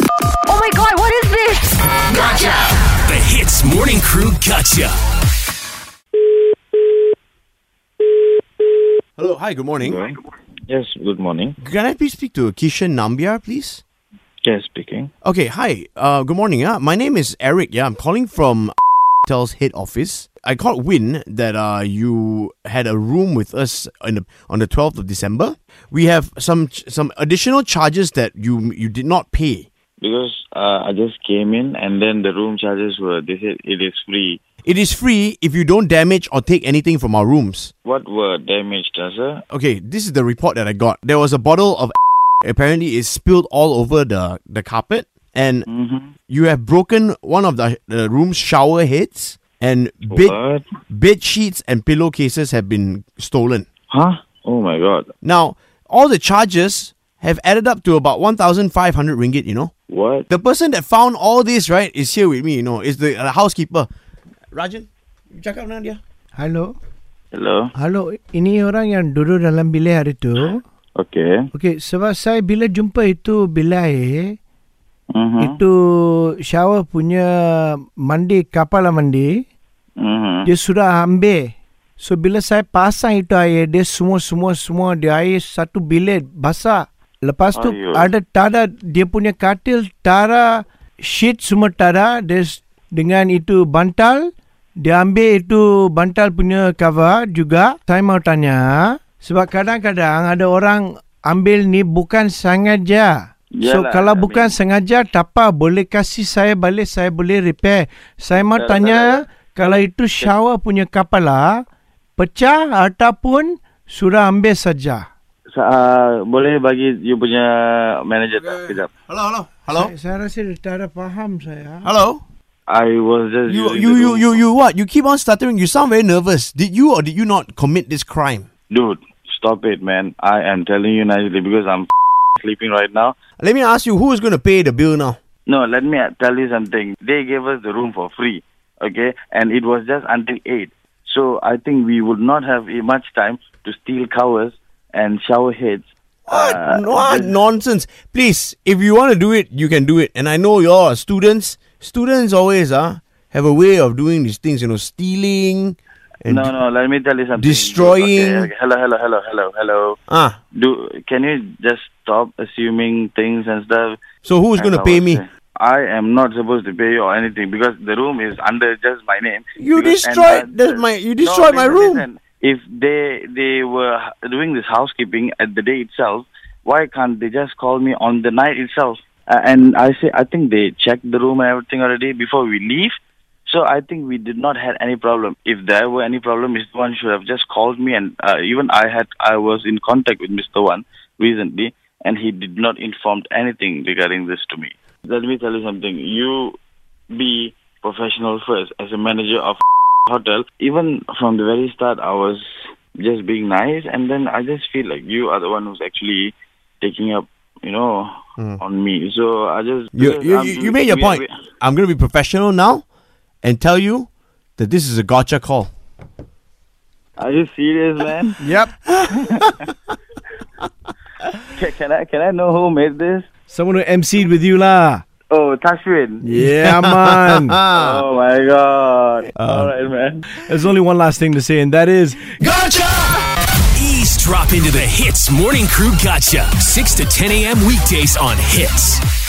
Oh my god, what is this? The Hits Morning Crew Gotcha. Hello, hi, good morning. Right. Yes, good morning. Can I please speak to Kishan Nambiar, please? Yes, speaking. Okay, hi. Uh, good morning. Yeah, my name is Eric. Yeah, I'm calling from Tel's head office. I caught wind that uh, you had a room with us on the on the 12th of December. We have some ch- some additional charges that you you did not pay. Because uh, I just came in and then the room charges were, they said it is free. It is free if you don't damage or take anything from our rooms. What were damaged, uh, sir? Okay, this is the report that I got. There was a bottle of apparently is spilled all over the the carpet and you have broken one of the, the room's shower heads and bed What? bed sheets and pillowcases have been stolen. Huh? Oh my god. Now, all the charges have added up to about 1500 ringgit, you know. What? The person that found all this, right, is here with me, you know. Is the uh, housekeeper. Rajan, you cakap dengan dia. Hello. Hello? Hello. Ini orang yang duduk dalam bilik hari tu. Okay. Okey, sebab saya bila jumpa itu bilai, Mm-hmm. itu shower punya mandi kapal lah mandi, Mm-hmm. dia sudah ambil. So bila saya pasang itu air, dia semua semua semua dia air satu bilik basah. Lepas tu Ayuh. ada tara dia punya katil, tara sheet semua tara dia s- dengan itu bantal dia ambil itu bantal punya cover juga. Saya mau tanya sebab kadang-kadang ada orang ambil ni bukan sengaja. so Yalah, kalau I bukan mean- sengaja tak apa boleh kasih saya balik saya boleh repair. Saya mau Yalah, tanya yalah. kalau itu shower punya kepala pecah ataupun sudah ambil saja. Sa- uh, boleh bagi you punya manager tak? Kejap. Hello, hello. Hello. Saya, Eh, saya rasa dia tak ada faham saya. Hello. I was just You using you the you room. you you what? You keep on stuttering. You sound very nervous. Did you or did you not commit this crime? Dude, stop it, man. I am telling you nicely because I'm sleeping right now. Let me ask you who is going to pay the bill now? No, let me tell you something. They gave us the room for free, okay? And it was just until 8. So I think we would not have eh, much time to steal covers and shower heads. What? Uh, what this- nonsense? Please, if you want to do it, you can do it. And I know you're students. Students always uh, have a way of doing these things, you know, stealing and No, no, let me tell you something. Destroying- Okay, okay. Hello, hello, hello, hello, hello. ah. Do, can you just stop assuming things and stuff? So who's going to And pay I was me? saying, I am not supposed to pay you or anything because the room is under just my name. You Because- and destroyed- that- that's my- you destroyed my room. If they they were doing this housekeeping at the day itself, why can't they just call me on the night itself? Uh, and I say I think they checked the room and everything already before we leave. So I think we did not had any problem. If there were any problem, Mr. One should have just called me. And uh, even I had I was in contact with Mr. One recently, and he did not inform anything regarding this to me. Let me tell you something. You be professional first as a manager of hotel. Even from the very start, I was just being nice, and then I just feel like you are the one who's actually taking up, you know, on me. So I just Hmm. You, you, I'm- you, you made your we- point. we- I'm going to be professional now and tell you that this is a gotcha call. Are you serious, man? Yep. Ca- can I can I know who made this? Someone who MC'd with you lah. Oh, Tashwin. Yeah, man. Oh my god. Uh, All right, man. There's only one last thing to say, and that is Ease drop into the Hits Morning Crew Gotcha. 6 to 10 a.m. weekdays on Hits.